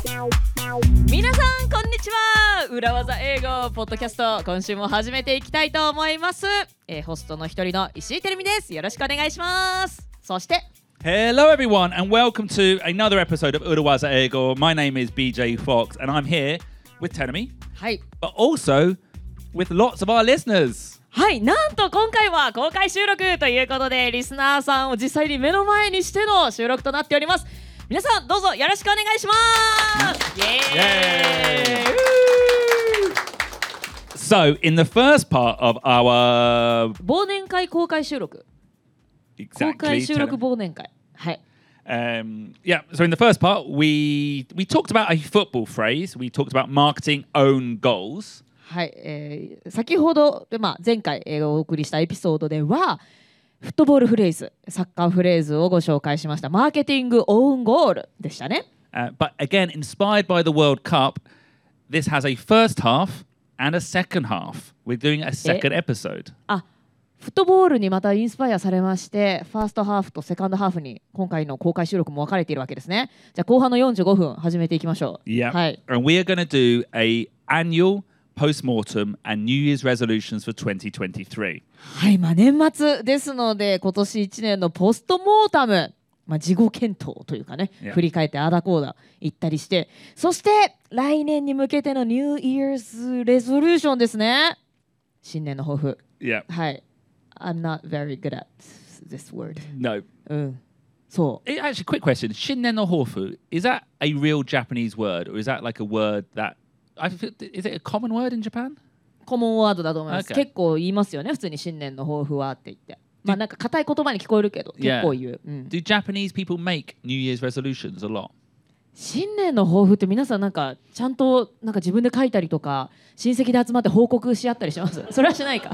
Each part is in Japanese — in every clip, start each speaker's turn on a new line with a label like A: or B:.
A: 皆さんこんにちは裏技英語ポッドキャスト今週も始めていきたいと思います、えーホストの一人の石井てるみですよろしくお願いしますそして
B: Hello, everyone, and welcome to another episode of Urawaza Ego. My name is BJ Fox, and I'm here with Tenemy,
A: はい
B: but also with lots of our listeners.
A: はいなんと今回は公開収録ということでリスナーさんを実際に目の前にしての収録となっております皆さんどうぞよろしくお願いしますイエーイ
B: イエーイ So, in the first part of our
A: 忘年会公開収録公
B: exactly,
A: 開収録
B: Tenemy-
A: 忘年会はい、
B: um, yeah, so in the first part, we we talked about a football phrase. We talked about marketing own goals.
A: はいえー先ほど、でまあ、前回、えーお送りしたエピソードではフットボールフレーズサッカーフレーズをご紹介しましたマーケティングオウンゴールでしたね
B: Uh, but again, inspired by the World Cup, this has a first half and a second half. We're doing a second episode.
A: あフットボールにまたインスパイアされましてファーストハーフとセカンドハーフに今回の公開収録も分かれているわけですねじゃあ後半の45分始めていきましょう
B: Yeah.
A: はい
B: And we are going to do a annual post-mortem and New Year's resolutions for 2023.
A: はい、まあ、年末ですので今年1年のポストモータム、まあ、事後検討というかね
B: Yeah.
A: 振り返ってあだこうだ行ったりしてそして来年に向けてのニューイヤーズレゾリューションですね新年の抱負
B: Yeah.
A: はい I'm not very good at this word
B: No.
A: うんそ
B: Eh, actually, quick question. Shinnen no Horfu, is that a real Japanese word or is that like a word that I feel, is it a common word in Japan?
A: うコモンワードだと思います、
B: Okay.
A: 結構言いますよね普通に新年の抱負はって言ってまあなんか硬い言葉に聞こえるけど
B: Yeah.
A: 結構言う、うん
B: Do Japanese people make New Year's resolutions a lot?
A: 新年の抱負って皆さんなんかちゃんとなんか自分で書いたりとか親戚で集まって報告し合ったりします それはしないか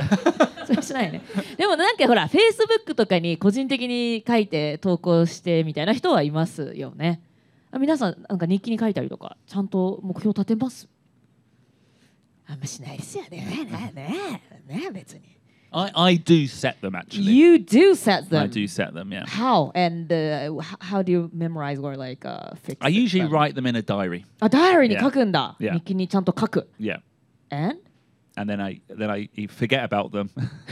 A: それはしないねでもなんかほらフェイスブックとかに個人的に書いて投稿してみたいな人はいますよねあ皆さんなんか日記に書いたりとかちゃんと目標立てますあんましないですよねねえねえねえ別に
B: I, I do set them actually.
A: You do set them
B: I do set them, yeah.
A: How and、uh, h- how do you memorize or like、uh, fix
B: I usually
A: them?
B: write them in a diary.
A: あ、ダイアリーに
B: Yeah.
A: 書くんだ。
B: Yeah.
A: 日記にちゃんと書く。
B: Yeah.
A: And?
B: And then I then I forget about them.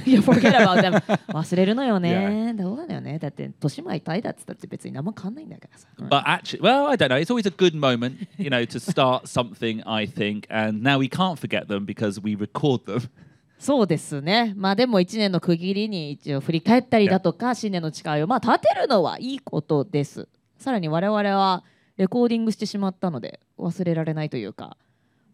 A: You forget about them. 忘れるのよね。どうなのよね。だって、年前タイだっつったって別に何も変わんないんだからさ。うん
B: but actually, well, I don't know. It's always a good moment, you know, to start something, I think. And now we can't forget them because we record them.
A: そうですね。まあでも1年の区切りに一応振り返ったりだとか、新年の誓いをまあ立てるのはいいことです。さらに我々はレコーディングしてしまったので忘れられないというか、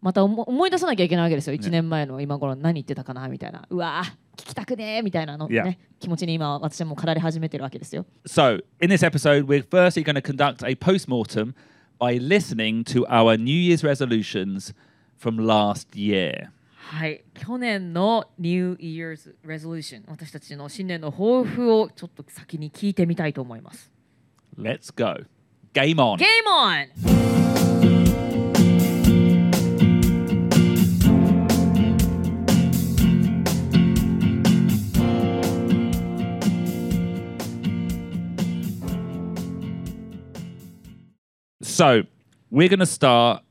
A: また思思い出さなきゃいけないわけですよ。1年前の今頃何言ってたかなみたいな。うわー聞きたくねーみたいなのね、
B: Yeah.
A: 気持ちに今私はもう駆られ始めてるわけですよ。
B: So, in this episode, we're firstly going to conduct a post mortem by listening to our New Year's resolutions from last year.
A: はい、去年の New Year's Resolution 私たちの新年の抱負をちょっと先に聞いてみたいと思います。
B: Let's go. Game on.
A: ゲームオン
B: So, we're going to start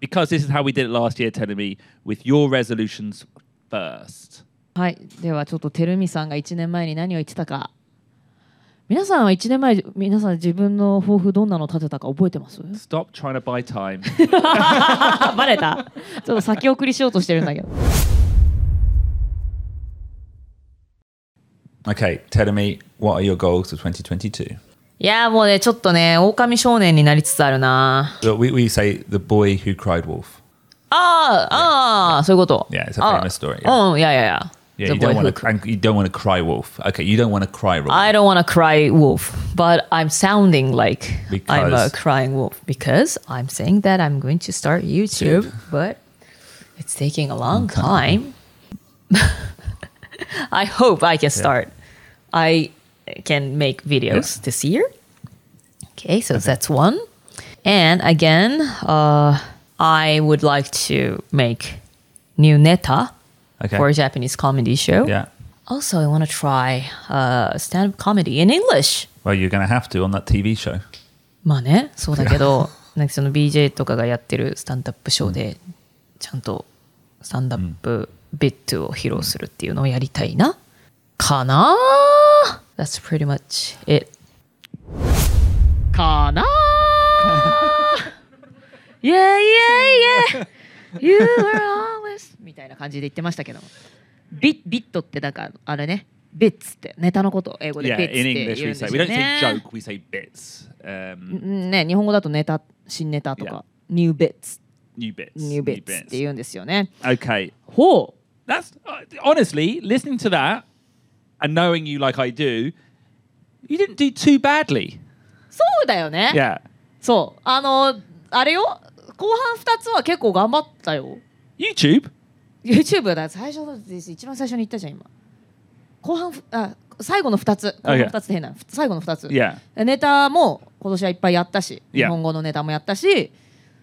B: because this is how we did it last year, telling me with your resolutions first.
A: はい、ではちょっとてるみさんが1年前に何を言ってたか皆さんは1年前皆さん自分の抱負どんなの立てたか覚えてます
B: Stop trying to buy time.
A: あバレた ちょっと先送りしようとしてるんだけど
B: okay, telling me what are your goals for 2022?
A: いやーもうねちょっとね狼少年になりつつあるな
C: So we, we say the boy who cried wolf.
A: あーあーそういうこと
C: Yeah, it's a
A: あー
C: famous story,
A: うんいやいやいや
C: Yeah,
A: The
C: you don't
A: boy who
C: want to. And you don't want to cry wolf. Okay, you don't want to cry wolf.
A: I don't want to cry wolf, but I'm sounding like I'm a
C: Because-
A: crying wolf because I'm saying that I'm going to start YouTube, but it's taking a long time. I hope I can start. I can make videos this year. Okay, so that's one. And again, uh, I would like to make new neta
C: Okay.
A: for a Japanese comedy show.
C: Yeah.
A: Also, I want to try uh, stand-up comedy in English.
C: Well, you're going to have to on that TV show.
A: まあね、そうだけど、なんかその BJ とかがやってるスタンダップショーで、ちゃんとスタンダップビットを披露するっていうのをやりたいな。かなあ That's pretty much it. かなあ Yeah, yeah, yeah! You were always! みたいな感じで言ってましたけども。ビビットってなんかあれね、ビッツってネタのことを英語で
B: Yeah,
A: ビッツっ
B: in
A: て言うん
B: English we
A: です
B: say
A: よ
B: we don't
A: ね。
B: say joke, we say bits. Um,
A: ね、日本語だとネタ新ネタとか、new bits
B: new bits.
A: new bits って言うんですよね。
B: Okay,
A: ほう
B: that's uh, honestly listening to that and knowing you like I do, you didn't do too badly.
A: そうだよね。
B: Yeah,
A: そうあのあれよ後半二つは結構頑張ったよ。
B: YouTube.
A: YouTube だ最初の一番最初に言ったじゃん今。後半ふあ最後の二つ後半
B: Okay.
A: 二つって変なふ最後の二つ。
B: Yeah,
A: ネタも今年はいっぱいやったし、
B: Yeah.
A: 日本語のネタもやったし、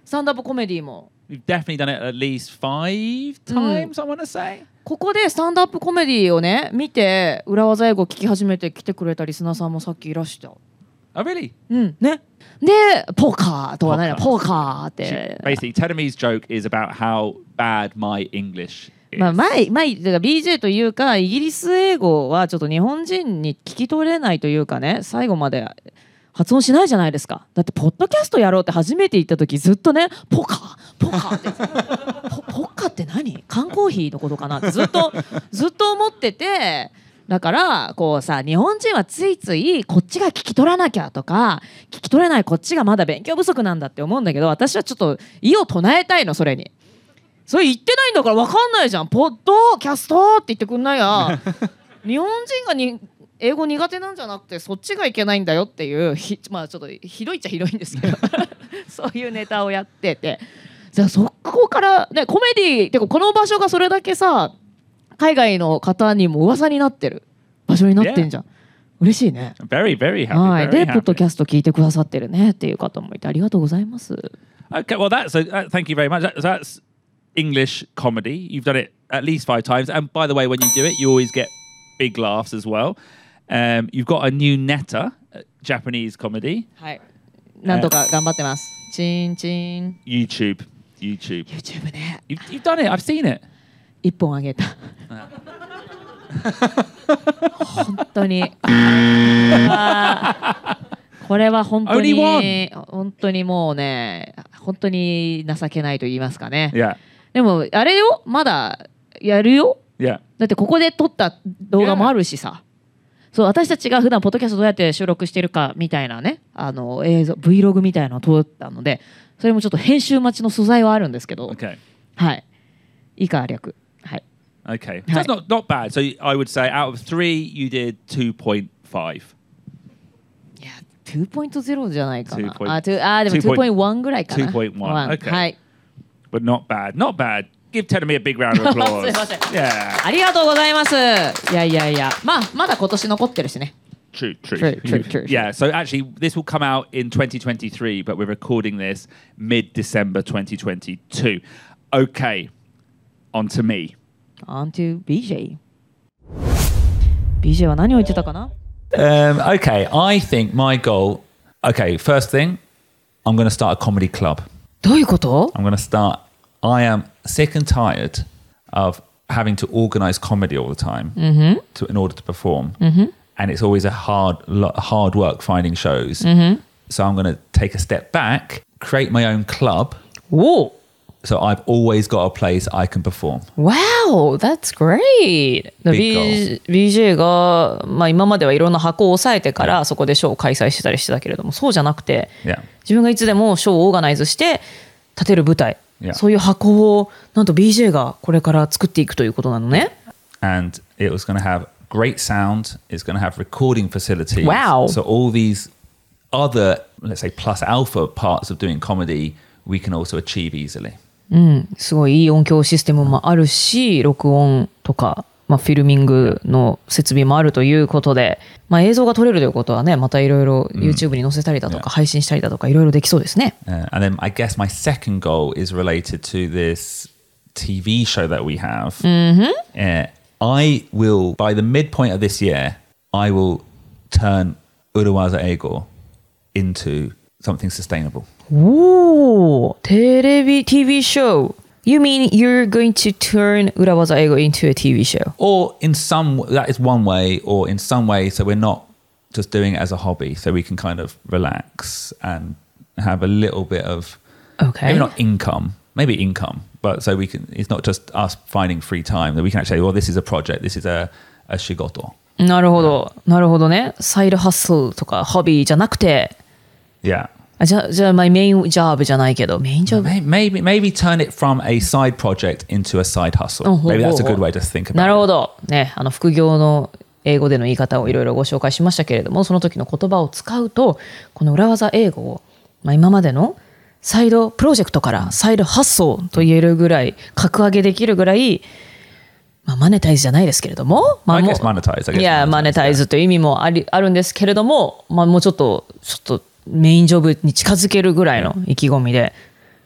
A: スタンダップコメディも。
B: we've definitely done it at least
A: Mm.
B: five times. I want to say.
A: ここでスタンダップコメディをね見て裏技英語聞き始めて来てくれたリスナーさんもさっきいらした
B: Oh, really?
A: うんねでポーカーとは何だポーカー
B: She-
A: って
B: Basically, Tadami's joke is about how bad my English is.
A: まあ前前だから BJ というかイギリス英語はちょっと日本人に聞き取れないというかね最後まで発音しないじゃないですかだってポッドキャストやろうって初めて言った時ずっとねポカーポカーってポポッカって何缶コーヒーのことかなってずっとずっと思っててだからこうさ日本人はついついこっちが聞き取らなきゃとか聞き取れないこっちがまだ勉強不足なんだって思うんだけど私はちょっと意を唱えたいのそれに。それ言ってないんだから分かんないじゃんポッドキャストって言ってくんな いや日本人がに英語苦手なんじゃなくてそっちがいけないんだよっていうひまあちょっとひどいっちゃひどいんで すけどそういうネタをやっててじゃあそこから、ね、コメディてかこの場所がそれだけさ海外の方にも噂になってる場所になってんじゃん、嬉しいね
B: I'm very, very happy.
A: はい、
B: very
A: でポッド
B: happy.
A: キャスト聞いてくださってるねっていう方もいてありがとうございます
B: Okay, well, that's a, uh, thank you very much. That, that's English comedy. You've done it at least five times, and by the way, when you do it, you always get big laughs as well. Um, you've got a new netta, uh, Japanese comedy,
A: はいなんとか頑張ってますチンチン
B: YouTube, YouTube.
A: YouTube ね
B: You've, you've done it. I've seen it.
A: 一本あげた本当にあーこれは本当
B: Only
A: に本当にもうね本当に情けないと言いますかね
B: Yeah,
A: でもあれよまだやるよ
B: yeah.
A: だってここで撮った動画もあるしさ、そう私たちが普段ポッドキャストどうやって収録してるかみたいなねあの映像 Vlog みたいなのを撮ったのでそれもちょっと編集待ちの素材はあるんですけど、
B: Okay,
A: はい以下略はい
B: okay.
A: Hi.
B: That's not not bad. So I would say out of three, you did two point five.
A: いや2.0じゃないかな
B: 2.0
A: あ 2- あーでも2.1ぐらいかな
B: 2.1 okay
A: はい
B: but not bad. Not bad. Give Teddy a big round of applause.
A: Awesome.
B: yeah.
A: ありがとうございますいやいやいやまあまだ今年残ってるしね
B: True, true,
A: True, true, true,
B: Yeah. So actually, this will come out in 2023, but we're recording this mid December 2022. Okay. On to me.
A: On to BJ BJ は何を言ってたかな
C: Um, okay, I think my goal. Okay, first thing, I'm going to start a comedy club.
A: どういうこと、
C: I'm going to start. I am sick and tired of having to organize comedy all the time to, in order to perform. And it's always a hard, lo- hard work finding shows. So I'm going to take a step back, create my own club.
A: おお
C: So I've always got a place I can perform.
A: Wow, that's great!
C: Big
A: B- BJ が、まあ、今まではいろんな箱を押さえてからそこでショーを開催してたりしてたけれどもそうじゃなくて
C: Yeah.
A: 自分がいつでもショーをオーガナイズして立てる舞台
C: Yeah.
A: そういう箱をなんと BJ がこれから作っていくということなのね。
C: and it was going to have great sound. It's going to have recording facilities.
A: Wow.
C: So all these other, let's say, plus alpha parts of doing comedy, we can also achieve easily.
A: すごいいい音響システムもあるし録音とか
D: まあ、フィルミングの設備もあるということで、まあ、映像が撮れるということはねまたいろいろ YouTube に載せたりだとか、
E: Yeah.
D: 配信したりだとかいろいろできそうですね。
E: Uh, and then I guess my second goal is related to this TV show that we have. Mm-hmm. Uh, I will, by the midpoint of this year, I will turn Uruwaza Ego into something sustainable.
D: Ooh, TV TV show. You mean you're going to turn Urawaza Ego into a TV show?
E: Or in some, that is one way, or in some way, so we're not just doing it as a hobby, so we can kind of relax and have a little bit of
D: Okay.
A: Eh?
E: maybe not income, maybe income, but so we can. It's not just us finding free time that we can actually. Well, this is a project. This is a a shigoto.
D: なるほど、なるほどね。サイドハッスルとかホビーじゃなくて、
E: Yeah.
D: あじゃじゃあ、まあメインジョブじゃないけど、メインジョブ。
E: May- Maybe maybe turn it from a side project into a side hustle.
D: Oh,
E: maybe that's a
D: oh,
E: good
D: oh.
E: way to think
D: なる
E: about.
D: ほ
E: it.
D: ど。ね、あの副業の英語での言い方をいろいろご紹介しましたけれども、その時の言葉を使うと、この裏技英語を、まあ、今までのサイドプロジェクトからサイド発想と言えるぐらい、格上げできるぐらい、まあ、マネタイズじゃないですけれども、まあ、
E: I
D: もう
E: guess monetize. I guess
D: いや、マネ
E: monetize.
D: タイズという意味もありあるんですけれども、まあ、もうちょっと、ちょっとメインジョブに近づけるぐらいの意気込みで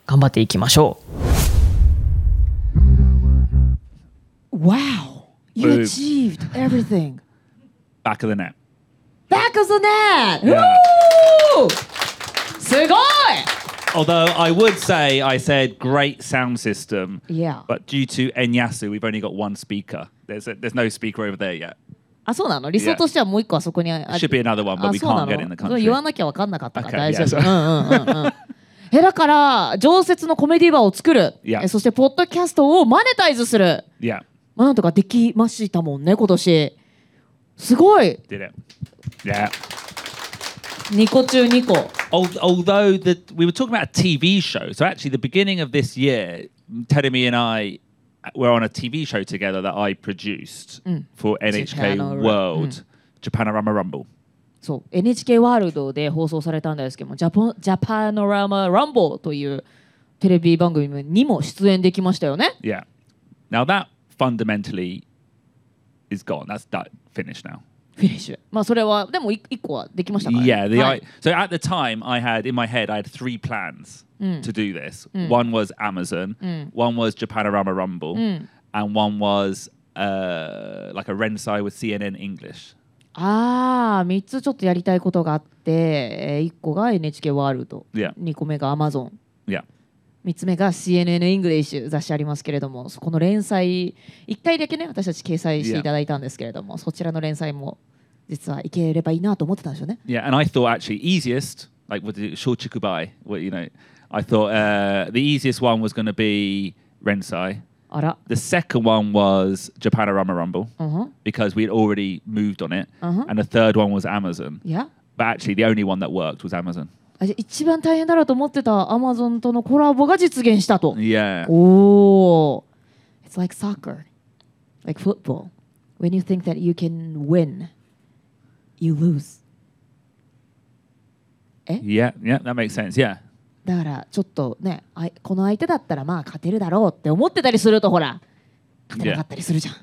D: 頑張っていきましょう。
A: Wow, you
B: Boom.
A: achieved everything.
B: Back of the net.
A: Back of the net.
B: Yeah.
A: すごい
B: Although I would say I said great sound system.
A: Yeah.
B: But due to Enyasu, we've only got one speaker. There's a, there's no speaker over there yet.
A: あ、そうなの理想としてはもう一個あそこにあ
B: Should be another one, but
A: あ
B: we
A: そう
B: can't
A: なの
B: get in the
A: そう
B: country.
A: 言わなきゃ分かんなかったから
B: Okay,
A: 大丈
B: yeah,
A: 夫。うん うんうんうん。え、だから、常設のコメディバーを作る。
B: Yeah.
A: えそして、ポッドキャストをマネタイズする。
B: Yeah,
A: まあ、なんとかできましたもんね、今年。すごい
B: did it. Yeah.
A: !2 個中2個。
B: Al- Although the, we were talking about a TV show, so actually the beginning of this year, Teremi and I uh, were on a TV show together that I produced for NHK
A: Japanora-
B: World Japanorama Rumble.
A: そう NHK ワールドで放送されたんですけどもジャポンジャパノラマ・ランボーというテレビ番組にも出演できましたよね
B: Yeah. Now that fundamentally is gone. That's that finished now.
A: フィニッシュまあそれはでもい一個はできましたから、ね、
B: Yeah. The,
A: は
B: I,
A: い
B: so at the time, I had in my head, I had three plans to do this. One was Amazon. One was Japanorama Rumble, and one was uh, like a Rensai with CNN English.
A: あー3つちょっとやりたいことがあって、え1個が NHK ワールド、
B: Yeah.
A: 2個目が Amazon
B: Yeah.
A: 3つ目が CNN イングリッシュ雑誌ありますけれどもそこの連載1回だけね私たち掲載していただいたんですけれども、そちらの連載も実はいければいいなと思ってたんですよね
B: Yeah. And I thought actually easiest, like with the Shochikubai, well, you know, I thought uh, the easiest one was going to be Rensai.
A: あら
B: The second one was Japanorama Rumble
A: うんふん
B: because we had already moved on it,
A: Uh-huh.
B: and the third one was Amazon.
A: いや
B: But actually, the only one that worked was Amazon.
A: あじゃあ一番大変だろうと思ってたアマゾンとのコラボが実現したと。
B: Yeah.
A: おお。It's like soccer, like football. When you think that you can win, you lose.
B: Yeah. Yeah. That makes sense. Yeah.
A: だからちょっとね、あいこの相手だったらまあ勝てるだろうって思ってたりするとほら、勝てなかったりするじゃん。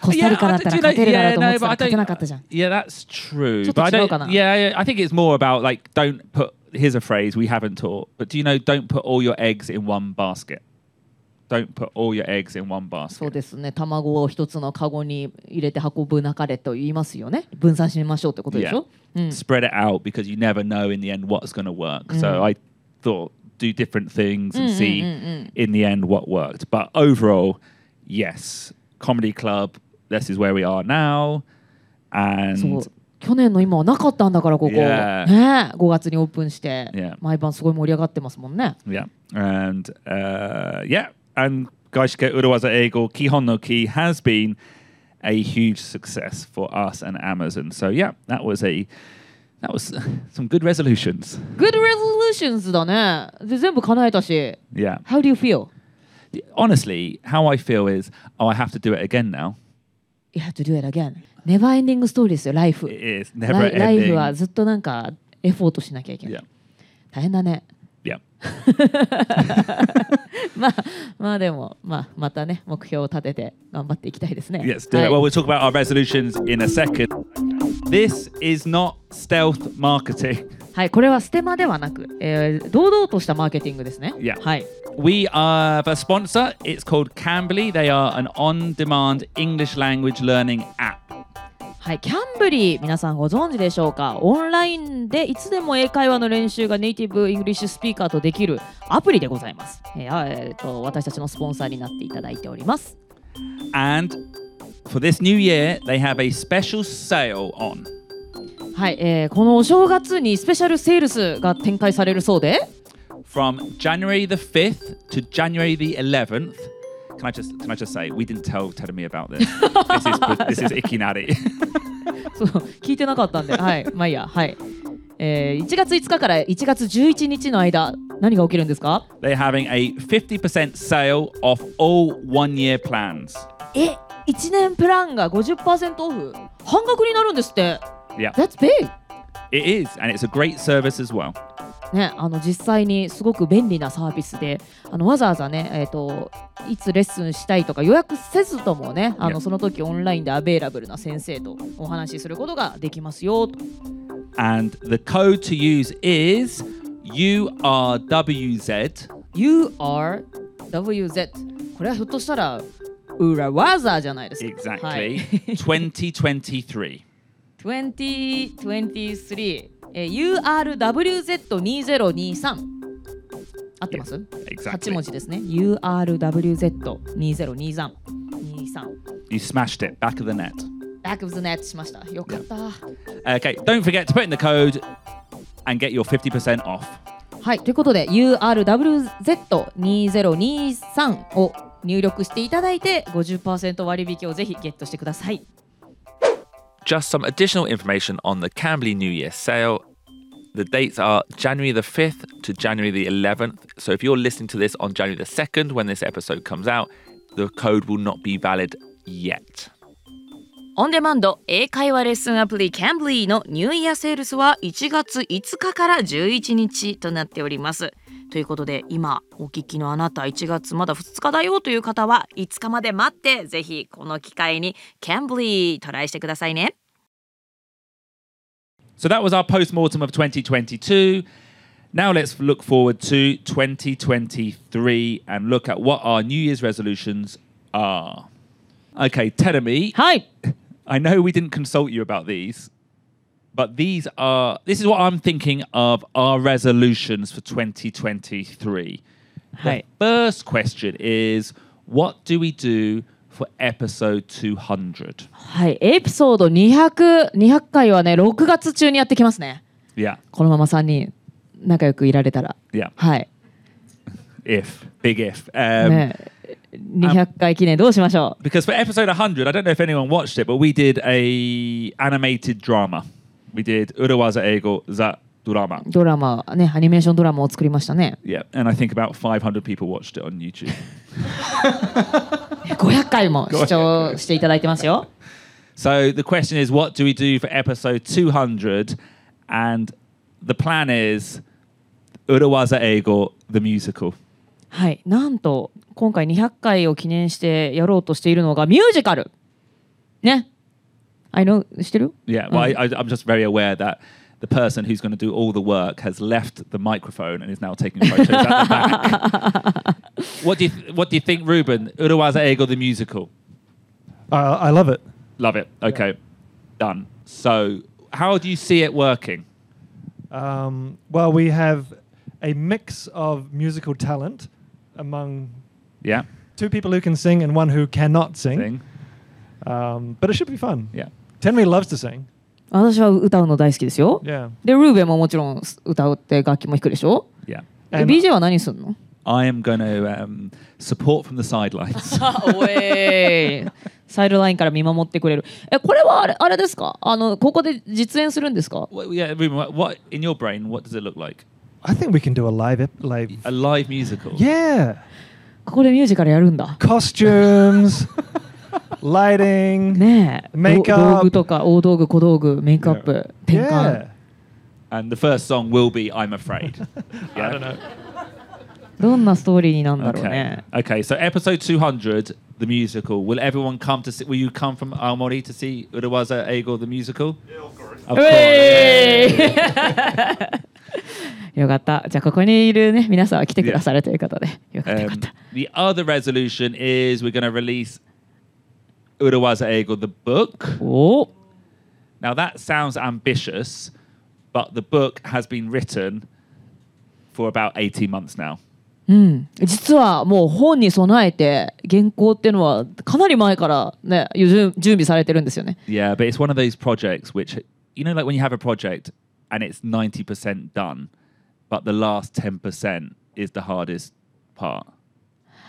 A: コスタリカだった
B: I
A: ら
B: don't-
A: 勝てるだろうと思ってた
B: but
A: ら
B: I
A: 勝てなかったじゃ
B: don't.
A: ん。
B: Yeah, that's true.
A: ちょっと
B: But I don't-
A: 違うかな？
B: yeah, yeah, I think it's more about like don't put. Here's a phrase we haven't taught, but do you know? Don't put all your eggs in one basket. Don't put all your eggs in one
A: そ
B: basket.
A: うですね、卵を一つのカゴに入れて運ぶなかれと言いますよね。分散しましょうってことでし
B: Yeah.
A: ょ。うん。
B: Spread it out because you never know in the end what's going to work. So I thought do different things and see in the end what worked. But overall, yes, comedy club. This is where we are now,
A: そ
B: and
A: う去年の今はなかったんだからここ、
B: Yeah.
A: ねえ、5月にオープンして、
B: Yeah.
A: 毎晩すごい盛り上がってますもんね
B: Yeah. And uh, yeah, and Gaishike Urawaza Eagle Kihon no Ki has been a huge success for us and Amazon. So yeah, that was a that was some good resolutions.
A: Good resolutions だねで全部叶えたし
B: Yeah.
A: How do you feel?
B: Honestly, how I feel is, oh, I have to do it again now.
A: You have to do it again Never ending story ですよライフ
B: It is
A: ラ
B: never
A: イライ
B: ending.
A: フはずっとなんかエフォートしなきゃいけない
B: yeah.
A: 大変だね
B: Yeah.
A: まあまあでもまあまたね目標を立てて頑張っていきたいですね。
B: Let's do it. Well, we'll talk about our resolutions in a second. This is not stealth marketing.
A: はい、これはステマではなく、えー堂々としたマーケティングですね。
B: Yeah.
A: はい。
B: We have a sponsor. It's called Cambly. They are an on demand English language learning app.
A: はい、キャンブリー皆さんご存知でしょうかオンラインでいつでも英会話の練習がネイティブイングリッシュスピーカーとできるアプリでございます、えーあえーと私たちのスポンサーになっていただいております
B: And for this new year, they have a special sale on.
A: はい、えーこのお正月にスペシャルセールスが展開されるそうで
B: from January the 5th to January the 11th. Can I just can I just say we didn't tell Tedemi about this. this is this is ikinari.
A: そう聞いてなかったんではいまあいいやはい、えー1月5日から1月11日の間何が起きるんですか
B: They're having a 50% sale off all one-year plans.
A: え1年プランが50%オフ半額になるんですって
B: Yeah,
A: That's big!
B: it is, and it's a great service as well.
A: ね、あの実際にすごく便利なサービスであのわざわざね、えー、といつレッスンしたいとか予約せずともねあ
B: いや
A: のその時オンラインでアベイラブルな先生とお話しすることができますよと
B: And the code to use is URWZ.
A: URWZ これはひょっとしたら裏技じゃないですか
B: Exactly.
A: はい
B: 2023.
A: 2023えー URWZ2023 合ってます、
B: Exactly.
A: 8文字ですね URWZ2023 23
B: You smashed it. Back of the net.
A: バックオブザネットしました。よかった。
B: Okay, don't forget to put in the code and get your 50% off.
A: はい、ということで URWZ2023 を入力していただいて50%割引をぜひゲットしてください。
F: Just some additional information on the Cambly New Year sale. The dates are January the 5th to January the 11th. So if you're listening to this on January the 2nd, when this episode comes out, the code will not be valid yet.
A: オンデマンド英会話レッスンアプリ Cambly のニューイヤーセールスは1月5日から11日となっております。ということで今お聞きのあなた1月まだ2日だよという方は5日まで待ってぜひこの機会に Cambly トライしてくださいね。
B: So that was our post mortem of 2022. Now let's look forward to 2023 and look at what our New Year's resolutions are. Okay, Tedemi,
A: はい。
B: I know we didn't consult you about these, but these are this is what I'm thinking of our resolutions for 2023. The
A: Hi.
B: first question is what do we do for episode 200?
A: はい、エピソード200、200回はね、6月中にやってきますね。
B: Yeah,
A: このまま3人仲良くいられたら。
B: yeah.
A: はい。
B: If big if. Um,
A: ね、200回記念どうしましょう。
B: because for episode 100 i don't know if anyone watched it but we did a animated drama we did urawaza ego za drama
A: ドラマ、ね、アニメーションドラマを作りましたね。
B: yeah and i think about 500 people watched it on youtube
A: 500回も視聴していただいてますよ。
B: so the question is what do we do for episode 200 and the plan is urawaza ego the musical
A: はい、なんと今回200回を記念してやろうとしているのがミュージカル。ね。I know してる
B: yeah well I, I, i'm just very aware that the person who's going to do all the work has left the microphone and is now taking photos at the back. what do you th- What do you think, Ruben? Urawaza Ego the musical.
G: I, I love it.
B: Love it. Okay, done. So, how do you see it working?
G: Um, well, we have a mix of musical talent among
B: Yeah,
G: two people who can sing and one who cannot sing.
B: thing.
G: Um, but it should be fun.
B: Yeah,
G: Tenmi loves to sing.
A: 私は歌うの大好きですよ。
G: Yeah.
A: で、ルーベももちろん歌うって楽器も弾くでしょ。
B: yeah.
A: で
G: And-
A: BJ は何すんの
B: I am going to um, support from the sidelines.
A: あおえい サイドラインから見守ってくれるえこれはあれあれですかあのここで実演するんですか
B: What- yeah, Ruben. What, what in your brain? What does it look like?
G: I think we can do a live. Ep- live.
B: A live musical.
G: Yeah.
A: ここでミュージカルやるんだ
G: Costumes, lighting.
A: ねえ
G: メイクアッ
A: 道
G: プ
A: 具とか大道具小道具メイクアップ、転換
G: Yeah.
B: And the first song will be "I'm Afraid." Yeah.
G: I don't know.
A: どんなストーリーになんだろう
B: Okay.
A: ね。
B: Okay. So episode 200, the musical. Will everyone come to see? Will you come from Aomori to see Urawaza Eigo the musical? Yeah, of course.
A: うえ ーいよかった。じゃあここにいるね皆さんは来てくださるということでよかったよか
B: Um,
A: った。
B: the other resolution is we're going to release Urawaza Eigo the book.
A: おお。
B: Now that sounds ambitious, but the book has been written for about 18 months now.
A: うん、実はもう本に備えて原稿っていうのはかなり前からねゆ準準備されてるんですよね。
B: Yeah, but it's one of those projects which you know, like when you have a project and it's ninety percent done, but the last ten percent is the hardest part.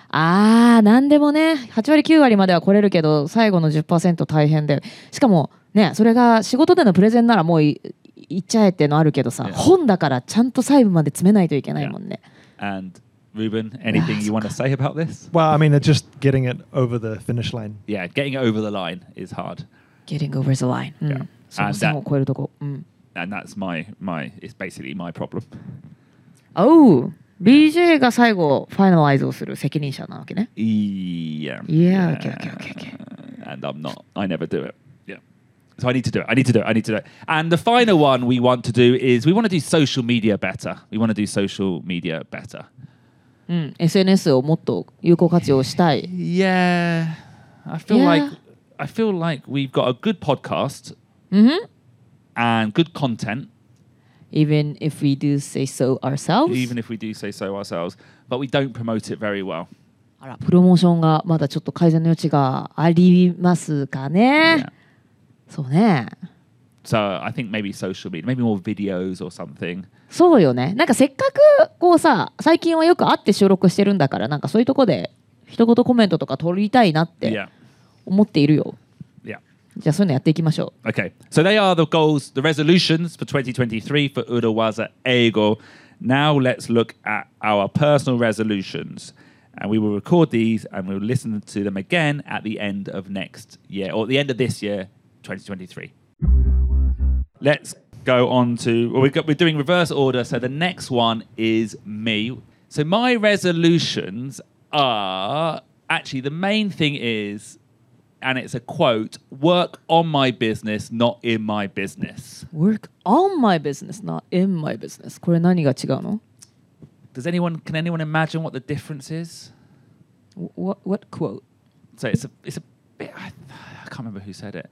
A: ああ何でもね8割9割までは来れるけど最後の10%大変でしかもねそれが仕事でのプレゼンならもういいっちゃえってのあるけどさ、
B: Yeah.
A: 本だからちゃんと細部まで詰めないといけないもんね。
B: And Ruben, anything you want to say about this?
G: Well, I mean, it's just getting it over the finish line.
B: Yeah, getting it over the line is hard,
A: Getting over the line、うん
B: Yeah.
A: その
B: And
A: 線を
B: that-
A: 超えるとこ。うん、
B: and that's my my. It's basically my problem.
A: おう BJ が最後ファイナライズをする責任者なわけね。
B: Yeah.
A: Yeah, okay, okay, okay, okay.
B: And I'm not. I never do it. Yeah. So I need to do it. I need to do it. I need to do it. And the final one we want to do is we want to do social media better. We want to do social media better.
A: うん、SNS をもっと有効活用したい。
B: Yeah. I feel
A: Yeah.
B: like I feel like we've got a good podcast and good content,
A: even if we do say so ourselves
B: even if we do say so ourselves, but we don't promote it very well.
A: あらプロモーションがまだちょっと改善の余地がありますかね、
B: Yeah.
A: そうね
B: So I think maybe social media, maybe more videos or something.
A: そうよねなんかせっかくこうさ最近はよく会って収録してるんだからなんかそういうとこで一言コメントとか取りたいなって
B: Yeah.
A: 思っているよ
B: Yeah.
A: じゃあそういうのやっていきましょ
B: Okay, so they are the goals, the resolutions for 2023 for Urawaza Ego. Now let's look at our personal resolutions. And we will record these and we'll listen to them again at the end of next year or at the end of this year, 2023. Let's go on to, well, we've got, we're doing reverse order. So the next one is me. So my resolutions are actually the main thing is and it's a quote work on my business not in my business
A: う Work on my business not in my business これ何が違うの
B: does anyone can anyone imagine what the difference is
A: what, what quote?
B: so it's a it's a bit i, I can't remember who said it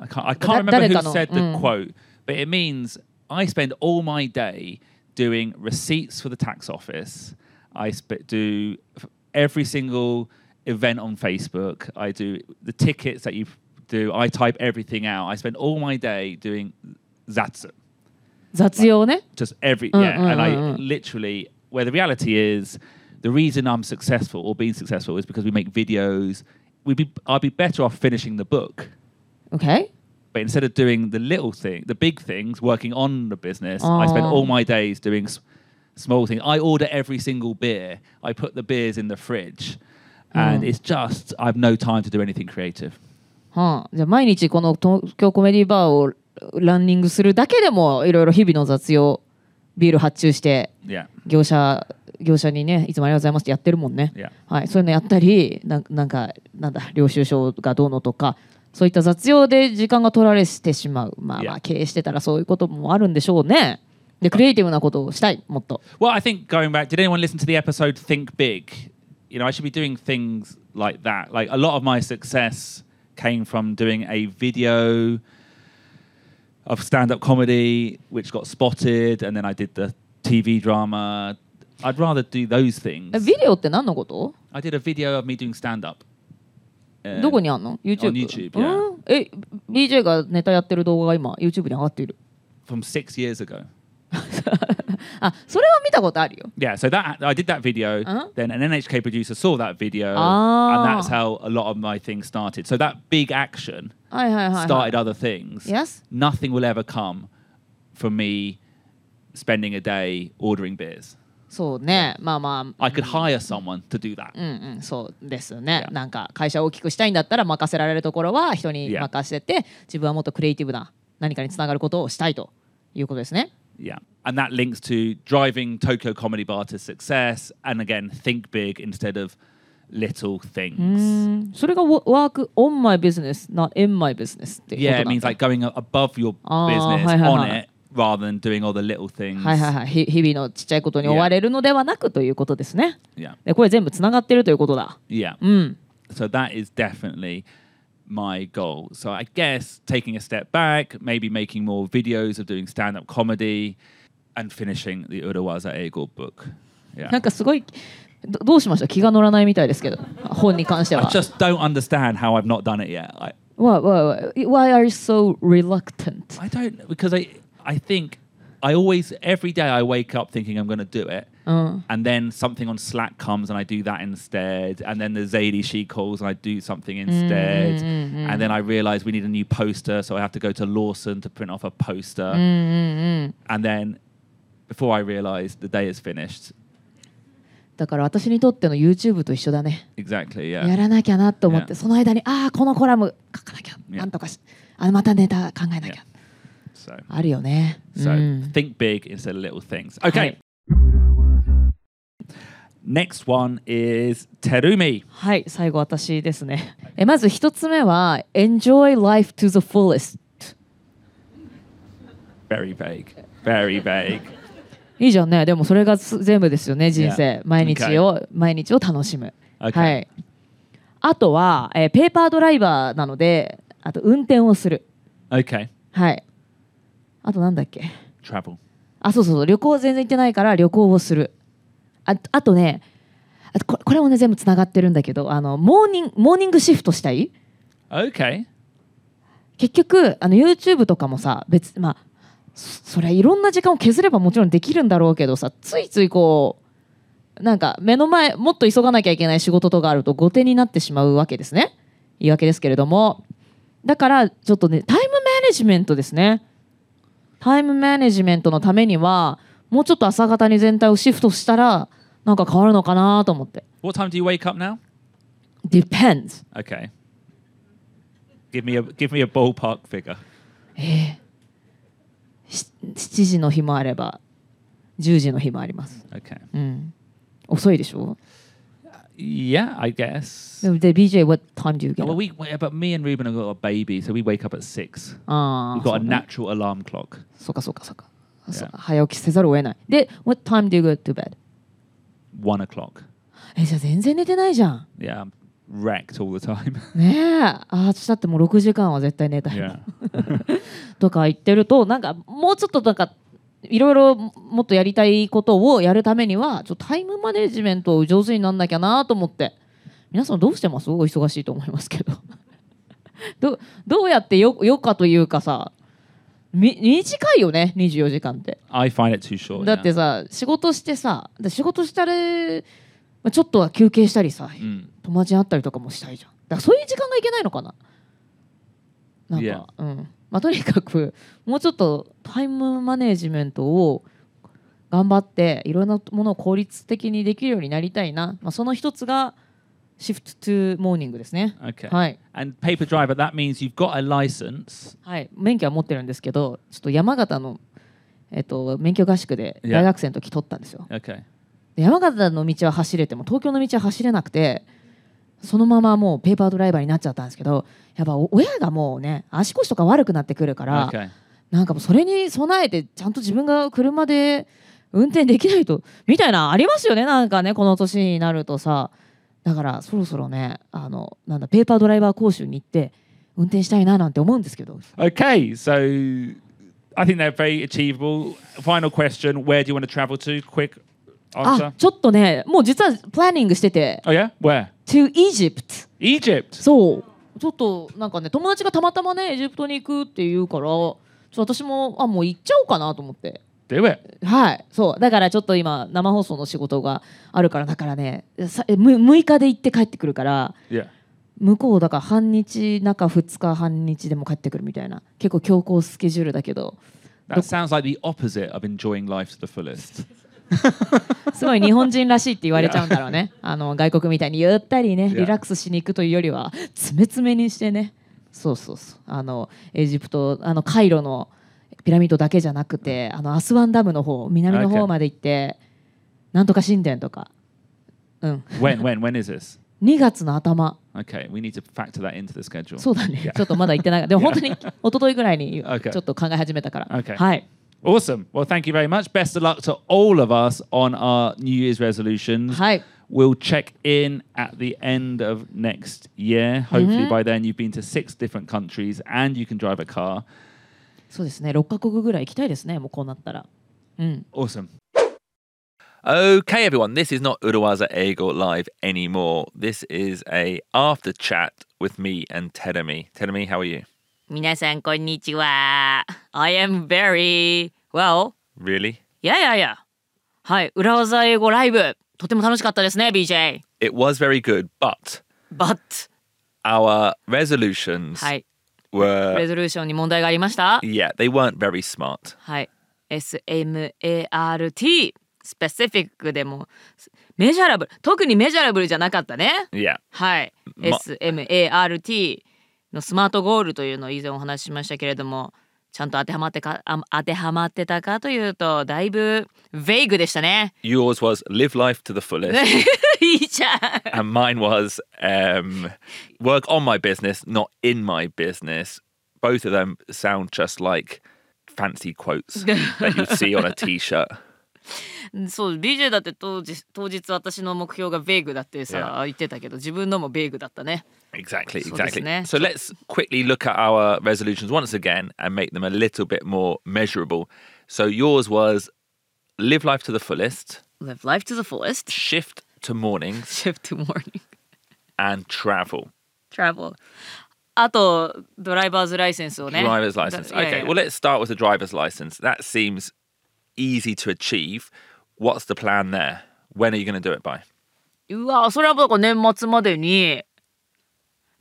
B: i can't i
A: that-
B: can't remember
A: that
B: who
A: is
B: said the
A: gone on. Mm.
B: quote but it means i spend all my day doing receipts for the tax office i sp- do f- every single event on facebook i do the tickets that you do i type everything out i spend all my day doing zatsu
A: 雑用ね、
B: just every
A: Mm,
B: yeah
A: mm,
B: and i
A: mm, mm.
B: literally where the reality is the reason i'm successful or being successful is because we make videos we'd be i'd be better off finishing the book
A: okay?
B: but instead of doing the little thing the big things working on the business i spend
A: Oh.
B: all my days doing s- small things i order every single beer i put the beers in the fridge and
A: Mm.
B: it's just i've no time to do anything creative
A: はあ、じゃあ毎日この東京コメディバーをランニングするだけでもいろいろ日々の雑用ビール発注して
B: yeah
A: 業者業者にねいつもありがとうございますってやってるもんね、
B: Yeah.
A: はい、そういうのやったりなんなんかなんだ領収書がどうのとかそういった雑用で時間が取られてしまうまあま
B: Yeah.
A: あ経営してたらそういうこともあるんでしょうねでクリエイティブなことをしたいもっと
B: Well, I think going back, did anyone listen to the episode Think Big? You know, I should be doing things like that. Like a lot of my success came from doing a video of stand up comedy, which got spotted, and then I did the TV drama. I'd rather do those
A: え
B: things.
A: ビデオって何のこと、
B: I did a video of me doing uh, stand up.
A: どこにあんの YouTube,
B: YouTube yeah.
A: うんえ BJ がネタやってる動画が今 YouTube に上がっている
B: from six years ago.
A: あそれは見たことあるよ
B: Yeah, so that I did that video.
A: Uh-huh.
B: Then an NHK producer saw that video,
A: Ah.
B: and that's how a lot of my things started. So that big action
A: はいはいはい、はい、
B: started other things.
A: Yes.
B: Nothing will ever come from me spending a day ordering beers.
A: そうねまあまあ
B: I could hire someone to do that.
A: うんうんそうですよね
B: Yeah.
A: なんか会社を大きくしたいんだったら任せられるところは人に
B: Yeah.
A: 任せて自分はもっとクリエイティブな何かにつながることをしたいということですね
B: Yeah. And that links to driving Tokyo Comedy Bar to success. And again, think big instead of little things.
A: それが wo- work on my business, not in my business っていうこと
B: Yeah,
A: なん
B: it
A: だ
B: means like going a- above your
A: Ah,
B: business
A: hi, hi,
B: on
A: hi.
B: it rather than doing all the little things.
A: はいはいはいひ日々のちっちゃいことに追われるのではなくということですね。
B: Yeah.
A: でこれ全部つながってるということだ。
B: Yeah. So that is definitely my goal. So I guess taking a step back, maybe making more videos of doing stand up comedy and finishing the Urawaza Eigo book.
A: な
B: Yeah.
A: んかすごいどどうしました気が乗らないみたいですけど本に関して
B: I
A: は。
B: just don't understand how I've not done it yet. I,
A: Why, why, why are you so reluctant?
B: I don't because I I think I always every day I wake up thinking I'm going to do it, and then something on Slack comes and I do that instead, and then the Zadie she calls and I do something instead, and then I realize we need a new poster, so I have to go to Lawson to print off a poster,
A: Mm.
B: and then before I realize the day is finished.
A: だから私にとっての YouTube と一緒だね。
B: Exactly.
A: や
B: Yeah.
A: らなきゃなと思って、
B: Yeah.
A: その間にああこのコラム書かなきゃ、
B: Yeah.
A: なんとかしあまたネタ考えなきゃ、
B: Yeah. So.
A: あるよね。
B: So
A: うん
B: think big instead of little things. Okay. Next one is Terumi.
A: はい最後私ですね。えまず一つ目は Enjoy life to the fullest。
B: Very vague. Very vague.
A: いいじゃんね。でもそれがす全部ですよね、人生
B: Yeah.。
A: 毎日を、毎日を楽しむ。
B: Okay.
A: はい。あとは、えーペーパードライバーなので、あと運転をする。
B: Okay.
A: はい。あとなんだっけ。
B: Travel.
A: あ、そうそうそう。旅行全然行ってないから旅行をする。ああとね、あとここれもね、全部つながってるんだけど、あの、モーニング、モーニングシフトしたい
B: Okay.
A: 結局あの YouTube とかもさ別まあそそれいろんな時間を削ればもちろんできるんだろうけどさついついこうなんか目の前もっと急がなきゃいけない仕事とかあると後手になってしまうわけですね言い訳ですけれどもだからちょっとねタイムマネジメントですねタイムマネジメントのためにはもうちょっと朝方に全体をシフトしたらなんか変わるのかなと思って
B: What time do you wake up now?
A: Depends
B: Okay. Give me a give me a ballpark figure.
A: し7時の日もあれば10時の日もあります
B: Okay.
A: 遅いでしょ
B: Yeah, I guess.
A: でもで BJ what time do you get
B: Well,
A: up?
B: we yeah, but me and Ruben have got a baby, so we wake up at six.
A: あ
B: We've
A: あ
B: got a natural alarm clock.
A: そうかそうかそうかそうか早起きせざるを得ないで what time do you go to bed?
B: One o'clock.
A: えじゃあ全然寝てないじゃん
B: Yeah, I'm wrecked all the time.
A: ねえああ私だってもう6時間は絶対寝たい、
B: yeah.
A: とか言ってるとなんかもうちょっとなんかいろいろもっとやりたいことをやるためにはちょっとタイムマネジメントを上手になんなきゃなと思って皆さんどうしてますお忙しいと思いますけど どどうやってよよかというかさみ短いよね24時間って
B: I find it too short.
A: だって
B: yeah.
A: さ仕事してさで仕事したらまあちょっとは休憩したりさ、
B: ん
A: 友達に会ったりとかもしたいじゃんだからそういう時間がいけないのかななんか、
B: Yeah.
A: うんまあ、とにかく もうちょっとタイムマネジメントを頑張っていろんなものを効率的にできるようになりたいな、まあ、その一つがシフトトゥモーニングですね
B: Okay.
A: はい
B: And paper driver. That means you've got a license.
A: はい、免許は持ってるんですけどちょっと山形の、えっと、免許合宿で
B: Yeah.
A: 大学生の時取ったんですよ
B: Okay.
A: で山形の道は走れても東京の道は走れなくてそのままもうペーパードライバーになっちゃったんですけどやっぱお親がもうね足腰とか悪くなってくる
H: Ah.
A: から、
B: Okay.
A: なんかもうそれに備えてちゃんと自分が車で運転できないとみたいなありますよねなんかねこの年になるとさだからそろそろねあのなんだペーパードライバー講習に行って運転したいななんて思うんですけど
B: Okay, so I think they're very achievable. Final question: Where do you want to travel to? Quick
A: あ
H: Ah.
B: answer.
A: ちょっとねもう実はプランニングしてて
B: oh yeah, where?
A: To Egypt
B: Egypt.
A: そうちょっとなんかね友達がたまたまねエジプトに行くっていうからちょっと私もあもう行っちゃおうかなと思って。
B: Do it.
A: はいそうだからちょっと今生放送の仕事があるからだからねさむ6日で行って帰ってくるから
B: Yeah.
A: 向こうだから半日中2日半日でも帰ってくるみたいな結構強行スケジュールだけど
B: That sounds like the opposite of enjoying life to the fullest.
A: すごい日本人らしいって言われちゃうんだろうねあの外国みたいにゆったりね
B: Yeah.
A: リラックスしに行くというよりは詰め詰めにしてねそうそうそうあのエジプトあのカイロの
H: ピラミッドだけじゃなくてあのアスワンダムの方南の
I: Okay.
H: 方まで行ってなんとか神殿とか、うん、
I: When when when is this?
H: 2月の頭
I: Okay, we need to factor that into the schedule.
H: そうだね、ちょっとまだ行ってないでも本当 に一 昨日ぐらいに
I: Okay.
H: ちょっと考え始めたから、
I: Okay.
H: はい
I: Awesome. Well, thank you very much. Best of luck to all of us on our New Year's resolutions.
H: はい
I: We'll check in at the end of next year. Hopefully, by then, you've been to six different countries and you can drive a car.
H: そうですね6カ国ぐらい行きたいですねもうこうなったら
I: Awesome.
B: Okay, everyone, this is not Urawaza Eagle Live anymore. This is a after chat with me and Terumi. Terumi, how are you?
A: 皆さんこんにちは I am very well
B: Really?
A: いやいやいやはい裏技英語ライブとても楽しかったですね BJ
B: It was very good, but
A: but
B: our resolutions
A: はい
B: were
A: レゾリューションに問題がありました。
B: yeah, they weren't very smart.
A: はい。SMART スペシフィックでもメジャラブル特にメジャラブルじゃなかったね。
B: Yeah.
A: はい。
B: ま
A: SMART のスマートゴールというのを以前お話ししましたけれどもちゃんと当てはまってかあ当てはまってたかというとだいぶベイグでし たね。
B: Yours was live life to the fullest,
A: いいじゃん。
B: and mine was um, work on my business, not in my business. Both of them sound just like fancy quotes that you'd see on a t shirt.
A: そう BJ だって当時当日私の目標がベイグだってさ、
B: Yeah.
A: 言ってたけど自分のもベイグだったね。
B: Exactly,
A: So
B: exactly.
A: this next-
B: So let's quickly look at our resolutions once again and make them a little bit more measurable. So yours was live life to the fullest,
A: Live life to the fullest.
B: shift to mornings,
A: shift to morning
B: and travel.
A: travel あとドライバーズライセンスをね
B: Driver's license.
A: だいやいや
B: Okay, well, let's start with the driver's license. That seems easy to achieve. What's the plan there? When are you going to do it by?
A: うわそれはだから年末までに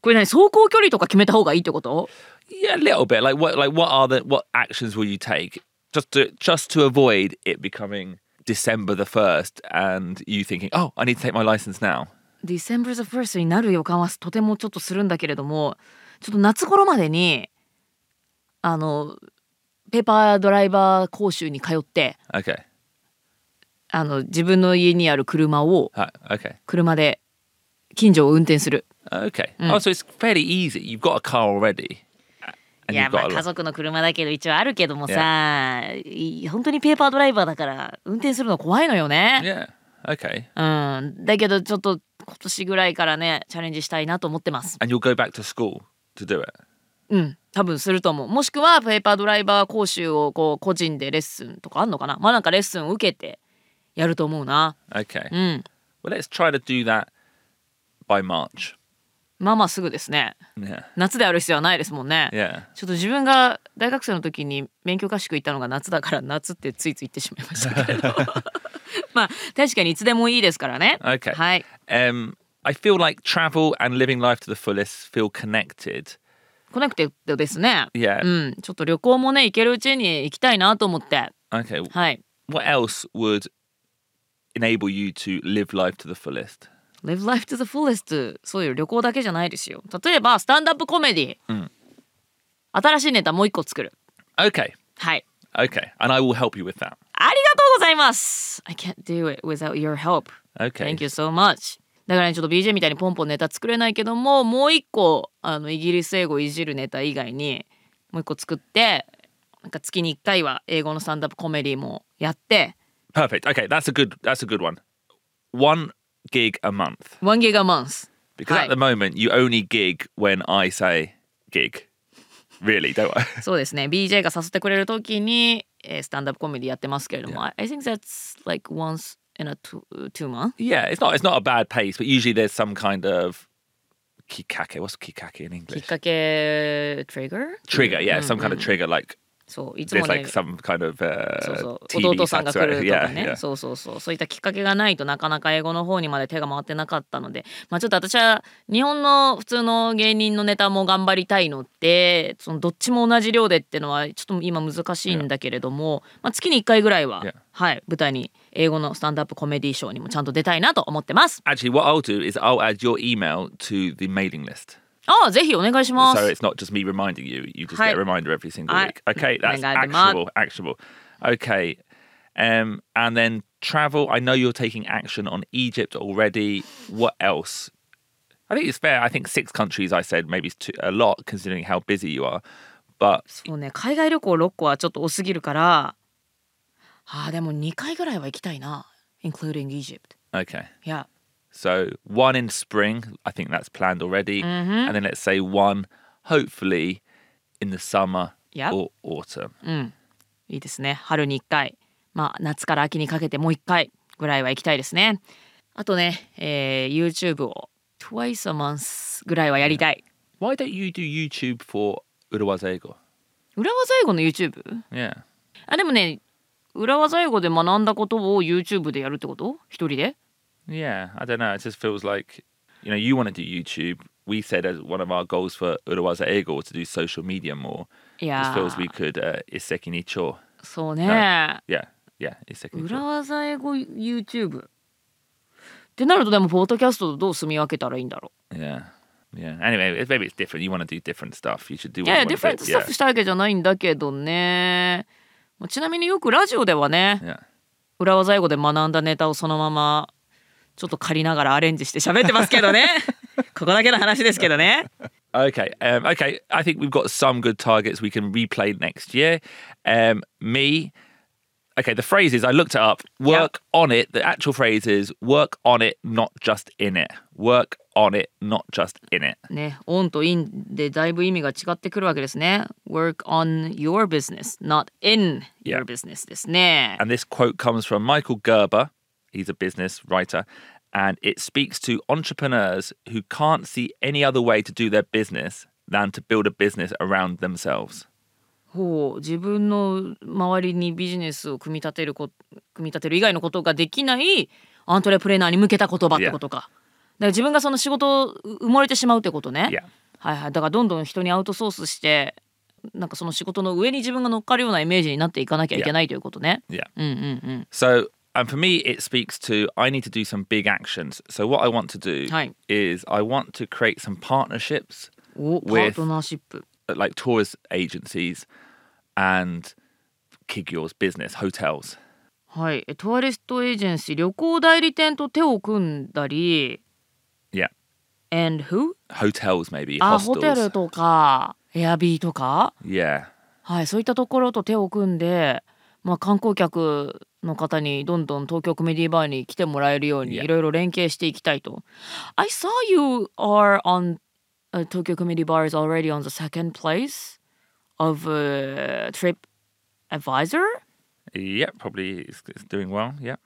A: これ何走行距離とか決めた方がいいってこと、
B: Yeah, a little bit. Like what? Like what are the what actions will you take just to just to avoid it becoming December the first and you thinking, oh, I need to take my license now.
A: December the first になる予感はとてもちょっとするんだけれどもちょっと夏頃までにあのペーパードライバー講習に通って
B: Okay.
A: あの自分の家にある車を
B: Ah, okay.
A: 車で近所を運転する
B: Okay. Oh, so it's fairly easy. You've got a car already. a-
A: い
B: And
A: や
B: you've
A: ま
B: got
A: あ
B: a
A: 家
B: lot.
A: 族の車だけど一応あるけどもさ、い本当にペーパードライバーだから運転するの怖いのよね。
B: Yeah. Okay.
A: うん、だけどちょっと今年ぐらいからねチャレンジしたいなと思ってます。
B: And you'll go back to school to do it.
A: うん、多分すると思う。もしくはペーパードライバー講習をこう個人でレッスンとかあんのかなまあなんかレッスン受けてやると思うな。
B: Okay.
A: うん、
B: Well, let's try to do that by March.
A: まあまあすぐですね。
B: Yeah.
A: 夏である必要はないですもんね。
B: Yeah.
A: ちょっと自分が大学生の時に免許合宿行ったのが夏だから夏ってついつい言ってしまいましたけれどまあ確かにいつでもいいですからね
B: Okay.
A: はい、
B: Um, I feel like travel and living life to the fullest feel connected.
A: コネクテッドですね
B: Yeah.
A: うんちょっと旅行もね行けるうちに行きたいなと思って
B: Okay. w-
A: はい
B: What else would enable you to live life to the fullest?
A: Live life to the fullest そういう旅行だけじゃないですよ例えばスタンダップコメディ、
B: うん
A: 新しいネタもう一個作る
B: Okay.
A: はい
B: Okay. And I will help you with that.
A: ありがとうございます I can't do it without your help
B: Okay.
A: Thank you so much. だからねちょっと BJ みたいにポンポンネタ作れないけどももう一個あのイギリス英語いじるネタ以外にもう一個作ってなんか月に1回は英語のスタンダップコメディもやって
B: Perfect. Okay. That's a good that's a good one. One gig a month.
A: 1ギガマンス
B: Because
A: Hi.
B: at the moment you only gig when I say gig. Really, don't I?
A: そうですね BJ が誘ってくれる時に、えースタンダップコメディやってますけれども、I- I think that's like once in a two, two month
B: yeah, it's not it's not a bad pace, but usually there's some kind of kikake. What's kikake in
A: きっ
B: English?
A: かけ trigger
B: Trigger, yeah, some kind of trigger like
A: そういつも
B: there's
A: ね
B: like some kind of uh,
A: そうそう
B: TV
A: 弟さんが来
B: satire.
A: ると
B: Yeah,
A: かね
B: yeah.
A: そうそうそうそういったきっかけがないとなかなか英語の方にまで手が回ってなかったのでまあちょっと私は日本の普通の芸人のネタも頑張りたいのでそのどっちも同じ量でってのはちょっと今難しいんだけれども、まあ、月に1回ぐらいは、
B: Yeah.
A: はい、舞台に英語のスタンドアップコメディショーにもちゃんと出たいなと思ってます。
B: Actually, what I'll do is I'll add your email to the mailing list.
A: ああぜひお願いします
B: So it's not just me reminding you. You just
A: Hi.
B: get a reminder every single
A: Hi.
B: week. Okay, that's
A: God, the mod.
B: actionable. Actionable. Okay. Um, and then travel. I know you're taking action on Egypt already. What else? I think it's fair. I think six countries. I said maybe it's too, a lot considering how busy you are. But
A: そうね海外旅行6個はちょっと多すぎるからああでも2回ぐらいは行きたいな including Egypt
B: okay.
A: いや
B: So one in spring. I think that's planned already.
A: Mm-hmm.
B: And then let's say one, hopefully, in the summer
A: Yep.
B: or autumn.
A: いいですね春に1回まあ夏から秋にかけてもう1回ぐらいは行きたいですねあとね、えー YouTube を twice a month ぐらいはやりたい
B: Why don't you do YouTube for Uruwa's Ego?
A: 裏技英語の YouTube?
B: Yeah.
A: あでもね裏技英語で学んだことを YouTube でやるってこと一人で
B: Yeah, I don't know. It just feels like, you know, you want to do YouTube. We said as one of our goals for Uruwaza Ego was to do social media more. It
A: いや
B: just
A: ー
B: feels we could uh, iseki nicho.
A: そうね、
B: Yeah, yeah, iseki
A: 裏
B: nicho.
A: 技英語 YouTube ってなるとでもポッドキャストとどう住み分けたらいいんだろ
B: Yeah, yeah. Anyway, it- maybe it's different. You want to do different stuff. You should do.
A: うい
B: What
A: や
B: you wanna
A: いやデ
B: do.
A: ィフェンススタッフしたいわけじゃないんだけどね、まあ、ちなみによくラジオではね
B: Yeah, yeah.
A: 裏技英語で学んだネタをそのままちょっと借りながらアレンジして喋ってますけど ねここだけの話ですけどね
B: Okay, um, okay. I think we've got some good targets we can replay next year. Um, me, okay. The phrase is I looked it up. Work on it. The actual phrase is work on it, not just in it. Work on it, not just in it.
A: ねオンとインでだいぶ意味が違ってくるわけですね work on your business not in
B: Yeah.
A: your business ですね
B: And this quote comes from Michael Gerber. He's a business writer. And it speaks to entrepreneurs who can't see any other way to do their business than to build a business around themselves.
A: ほう自分の周りにビジネスを組み立てるこ組み立てる以外のことができないアントレプレーナーに向けた言葉ってことか。だから自分がその仕事を埋もれてしまうってことね。
B: Yeah.
A: はいはい。だからどんどん人にアウトソースしてなんかその仕事の上に自分が乗っかるようなイメージになっていかなきゃいけないということね。
B: Yeah.
A: うんうんうん。
B: So, and for me, it speaks to I need to do some big actions. So, what I want to do
A: Hi.
B: is I want to create some partnerships
A: おパ
B: With-
A: ートナーシップ。
B: at, like tourist agencies and Kigyors business, hotels.
A: はい。えトワリストエージェンシー旅行代理店と手を組んだり。
B: Yeah.
A: And who?
B: Hotels, maybe.
A: あ
B: hostels.
A: ホテルとかエアビーとか
B: Yeah.
A: はいそういったところと手を組んで、まあ、観光客の方にどんどん東京コメディバーに来てもらえるように
B: Yeah.
A: いろいろ連携していきたいと。I saw you are on、uh, Tokyo Comedy Bar is already on the second place of、uh, Trip Advisor
B: Yeah, probably it's, it's doing well. Yeah.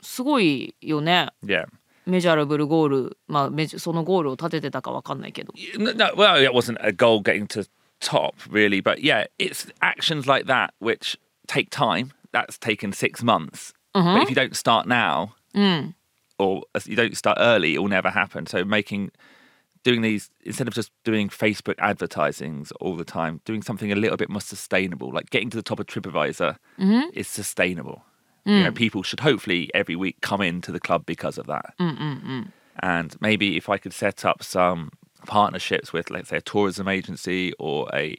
A: すごいよね
B: Yeah.
A: メジャラブルゴール、まあ、メジそのゴールを立ててたかわかんないけど
B: No, no, well, it wasn't a goal getting to top, really. But yeah, it's actions like that which take time. That's taken six months. But if you don't start now, or if you don't start early, it will never happen. So making, doing these, instead of just doing Facebook advertisings all the time, doing something a little bit more sustainable, like getting to the top of TripAdvisor is sustainable. You know, people should hopefully every week come into the club because of that. And maybe if I could set up some partnerships with, let's say, a tourism agency or a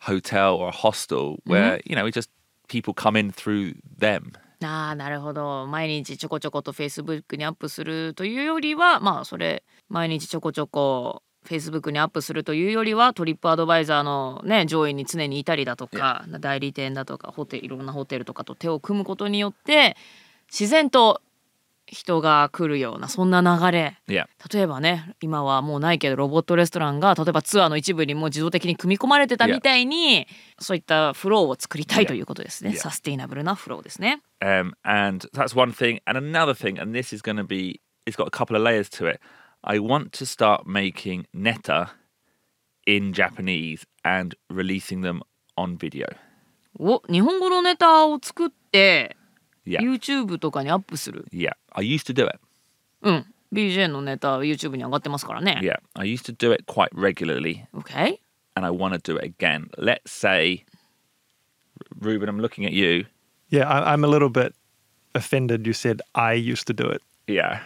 B: hotel or a hostel where, you know, we just people come in through them.
A: ああなるほど毎日ちょこちょこと Facebook にアップするというよりはまあそれ毎日ちょこちょこ Facebook にアップするというよりはトリップアドバイザーのね上位に常にいたりだとか代理店だとかホテルいろんなホテルとかと手を組むことによって自然と人が来るようなそんな流れ
B: Yeah.
A: 例えばね今はもうないけどロボットレストランが例えばツアーの一部にもう自動的に組み込まれてた
B: Yeah.
A: みたいにそういったフローを作りたい
B: Yeah.
A: ということですね
B: Yeah.
A: サステイナブルなフローですね。
B: Um, and that's one thing. And another thing, and this is going to be, it's got a couple of layers to it. I want to start making neta in Japanese and releasing them on video.
A: お日本語のネタを作って、
B: Yeah.
A: YouTube とかにアップする
B: Yeah. I used to do it.
A: うん BJ のネタ YouTube に上がってますからね
B: Yeah. I used to do it quite regularly.
A: OK?
B: and I want to do it again. Let's say, Ruben, I'm looking at you.
G: Yeah, I, I'm a little bit offended. You said I used to do it.
B: Yeah.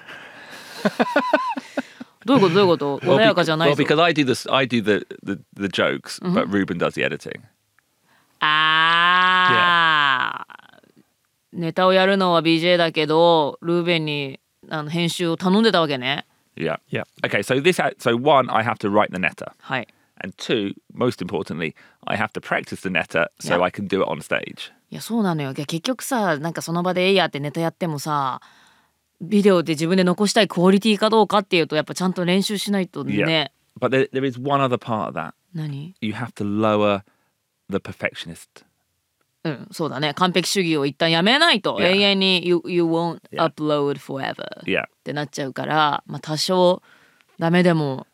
A: どういうことどういうこと穏やかじゃない
B: well,
A: ぞ
B: because I do this, I do the the, the jokes, Mm-hmm. but Ruben does the editing.
A: ああ、ネタをやるのは BJ だけどルーベンにあの編集を頼んでたわけね
B: Yeah.
J: Yeah.
B: Okay. So this, so one, I have to write the netta,
A: はい
B: and two, most importantly, I have to practice the netta so
A: Yeah.
B: I can do it on stage.
A: いやそうなのよいや結局さなんかその場でえいやってネタやってもさビデオで自分で残したいクオリティかどうかっていうとやっぱちゃんと練習しないとね、
B: Yeah. But there, there is one other part of that.
A: 何
B: You have to lower the perfectionist.
A: うんそうだね完璧主義を一旦やめないと、
B: Yeah.
A: 永遠に you, you won't
B: Yeah.
A: upload forever
B: Yeah.
A: ってなっちゃうから、まあ、多少ダメでも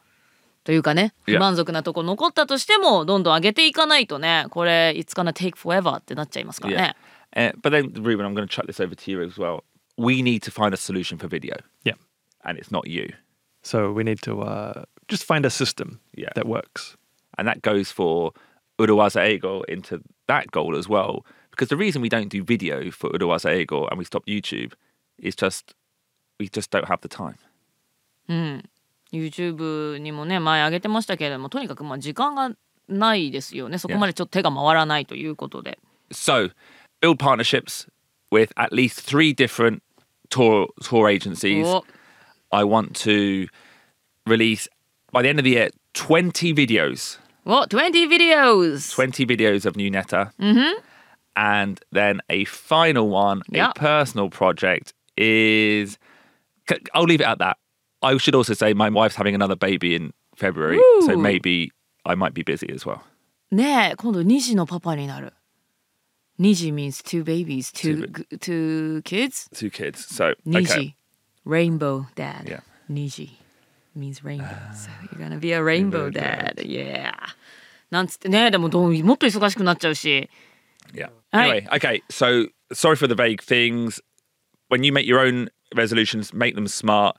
A: というかね
B: Yeah.
A: 不満足なとこ残ったとしてもどんどん上げていかないとねこれ It's gonna take forever ってなっちゃいますからね。
B: Uh, but then, Ruben, I'm going to chuck this over to you as well. We need to find a solution for video,
G: Yeah.
B: and it's not you.
G: So we need to uh, just find a system
B: Yeah.
G: that works.
B: And that goes for Uruwaza Ego into that goal as well. Because the reason we don't do video for Uruwaza Ego and we stop YouTube is just we just don't have the time.
A: うん YouTube にもね前上げてましたけれどもとにかくまあ時間がないですよねそこまでちょっと手が回らないということで。
B: So build partnerships with at least three different tour tour agencies.
A: お
B: I want to release by the end of the year 20 videos.
A: お20 videos!
B: 20 videos of new netta
A: Mm-hmm.
B: and then a final one
A: Yeah.
B: a personal project is C- i'll leave it at that i should also say my wife's having another baby in february so maybe i might be busy as well
A: ねえ今度2児のパパになる。2児 means two babies, two, two kids?
B: two kids so
A: 2
B: okay
A: 時 Rainbow Dad.
B: Yeah.
A: 2時 means rainbow. so you're gonna be a rainbow, dad. Yeah. なんつってね、でもどうもっと忙しくなっちゃうし。
B: yeah
A: All
B: anyway
A: right.
B: okay so sorry for the vague things when you make your own resolutions make them smart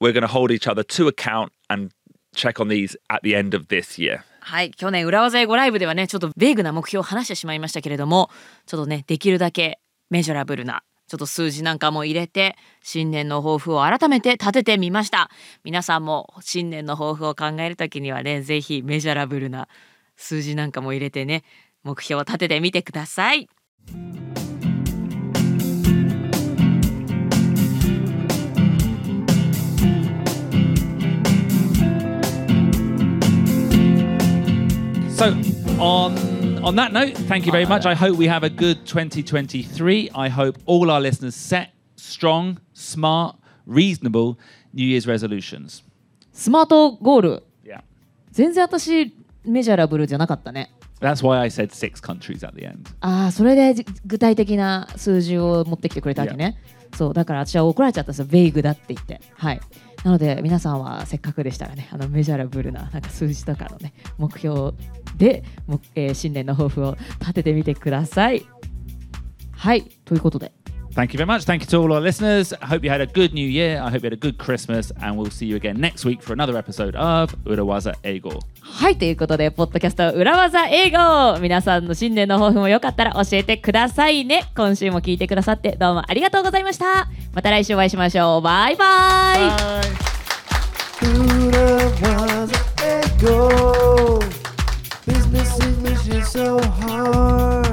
B: we're going to hold each other to account and check on these at the end of this year
A: はい、去年裏技英語ライブではね、ちょっとベーグな目標を話してしまいましたけれども、ちょっとね、できるだけメジャラブルな、ちょっと数字なんかも入れて、新年の抱負を改めて立ててみました。皆さんも新年の抱負を考えるときにはね、ぜひメジャラブルな数字なんかも入れてね、目標を立ててみてください。
K: So on on that note, thank you very much. I hope we have a good 2023. I hope all our listeners set strong, smart, reasonable New Year's resolutions.
L: スマートゴール
K: Yeah.
L: 全然私メジャラブルじゃなかったね
K: That's why I said six countries at the end.
L: ああそれでじ具体的な数字を持ってきてくれたわけねそうだから私は怒られちゃったんですよベイグだって言ってはいなので皆さんはせっかくでしたらねあのメジャラブルななんか数字とかのね目標で、もえー新年の抱負を立ててみてくださいはいということで
K: Thank you very much. Thank you to all our listeners. I hope you had a good new year. I hope you had a good Christmas. And we'll see you again next week for another episode of Urawaza Eigor.
L: はいということでポッドキャスト裏技英語皆さんの新年の抱負もよかったら教えてくださいね今週も聞いてくださってどうもありがとうございましたまた来週お会いしましょうバイバイ
M: Buddha was an echo. Business English is so hard.